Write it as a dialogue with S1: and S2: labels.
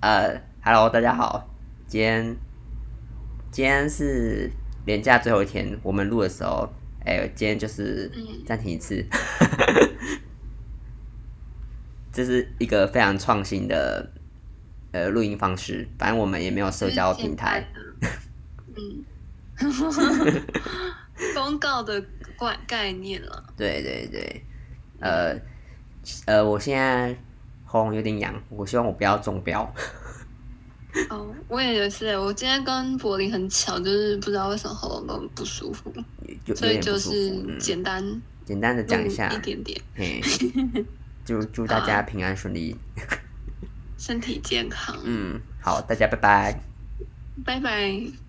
S1: 呃，Hello，大家好，今天今天是连假最后一天，我们录的时候，哎、今天就是
S2: 嗯
S1: 暂停一次，这是一个非常创新的呃录音方式，反正我们也没有社交平台，
S2: 嗯，公告的概概念了，
S1: 对对对，呃
S2: 嗯
S1: 呃，我现在喉咙有点痒，我希望我不要中标，
S2: 哦，我也是，我今天跟柏林很巧，就是不知道为什么喉咙都很不舒服，
S1: 有有有
S2: 所以
S1: 点不
S2: 就
S1: 舒
S2: 是
S1: 服，嗯
S2: 简单
S1: 简单的讲一下
S2: 录，点点，
S1: 嘿，就祝大家平安顺利。嗯
S2: 身体健康，
S1: 嗯，好，大家拜拜。
S2: 拜拜。